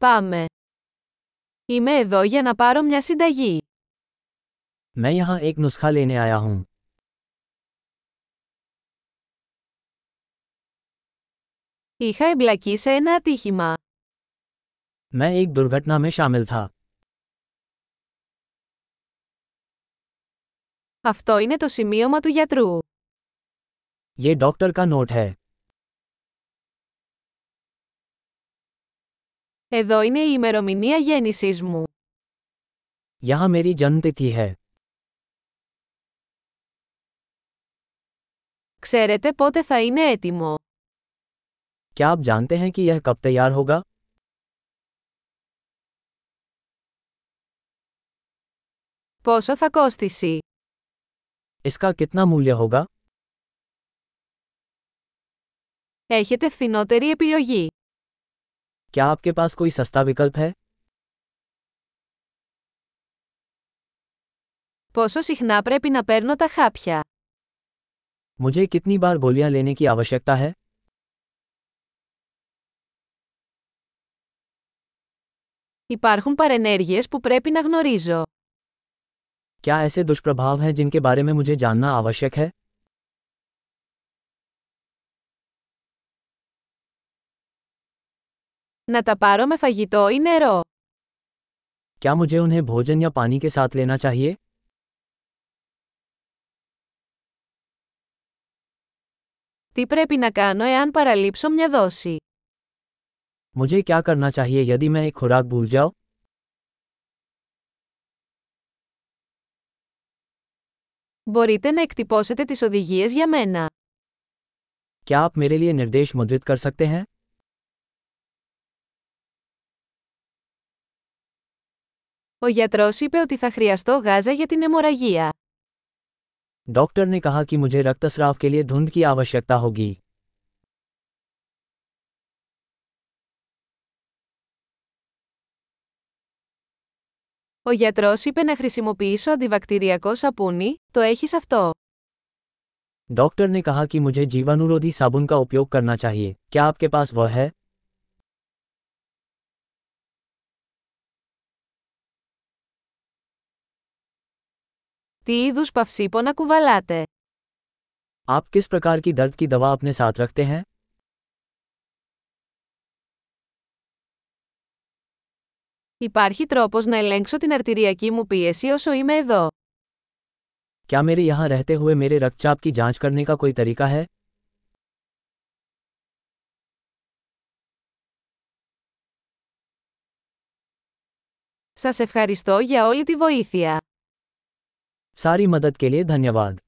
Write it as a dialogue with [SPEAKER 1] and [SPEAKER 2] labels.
[SPEAKER 1] Πάμε. Είμαι εδώ για να πάρω μια συνταγή.
[SPEAKER 2] मैं यहाँ एक नुस्खा लेने आया हूँ
[SPEAKER 1] Είχα εμπλακεί σε ένα ατύχημα.
[SPEAKER 2] मैं एक दुर्घटना में शामिल था
[SPEAKER 1] Αυτό είναι το σημείωμα του γιατρού.
[SPEAKER 2] ये डॉक्टर का नोट है
[SPEAKER 1] Εδώ είναι η ημερομηνία γέννησής μου.
[SPEAKER 2] यहाँ मेरी जन्मतिथि है
[SPEAKER 1] Ξέρετε πότε θα είναι έτοιμο.
[SPEAKER 2] क्या आप जानते हैं कि यह कब तैयार होगा
[SPEAKER 1] Πόσο θα κόστησει.
[SPEAKER 2] इसका कितना मूल्य होगा
[SPEAKER 1] Έχετε φθηνότερη επιλογή.
[SPEAKER 2] क्या आपके पास कोई सस्ता विकल्प है
[SPEAKER 1] Πόσο συχνά πρέπει να παίρνω τα χάπια.
[SPEAKER 2] मुझे कितनी बार गोलियां लेने की आवश्यकता है
[SPEAKER 1] Υπάρχουν παρενέργειες που πρέπει να γνωρίζω.
[SPEAKER 2] क्या ऐसे दुष्प्रभाव हैं जिनके बारे में मुझे जानना आवश्यक है
[SPEAKER 1] Να τα πάρω με φαγητό ή νερό.
[SPEAKER 2] क्या मुझे उन्हें भोजन या पानी के साथ लेना चाहिए
[SPEAKER 1] Τι πρέπει να κάνω εάν παραλείψω μια δόση.
[SPEAKER 2] मुझे क्या करना चाहिए यदि मैं एक खुराक भूल जाऊं
[SPEAKER 1] Μπορείτε να εκτυπώσετε τις οδηγίες για μένα.
[SPEAKER 2] क्या आप मेरे लिए निर्देश मुद्रित कर सकते हैं
[SPEAKER 1] Ο γιατρός είπε ότι θα χρειαστώ γάζα για την αιμορραγία.
[SPEAKER 2] डॉक्टर ने कहा कि मुझे रक्तस्राव के लिए धुंध की आवश्यकता होगी
[SPEAKER 1] Ο γιατρός είπε να χρησιμοποιήσω αντιβακτηριακό σαπούνι, το έχεις αυτό.
[SPEAKER 2] डॉक्टर ने कहा कि मुझे जीवाणुरोधी साबुन का उपयोग करना चाहिए क्या आपके पास वह है
[SPEAKER 1] Τι είδους παυσίπονα κουβαλάτε.
[SPEAKER 2] आप किस प्रकार की दर्द की दवा अपने साथ रखते हैं
[SPEAKER 1] Υπάρχει τρόπος να ελέγξω την αρτηριακή μου πίεση όσο είμαι εδώ.
[SPEAKER 2] क्या मेरे यहाँ रहते हुए मेरे रक्तचाप की जांच करने का कोई तरीका है
[SPEAKER 1] Σας ευχαριστώ για όλη τη βοήθεια.
[SPEAKER 2] सारी मदद के लिए धन्यवाद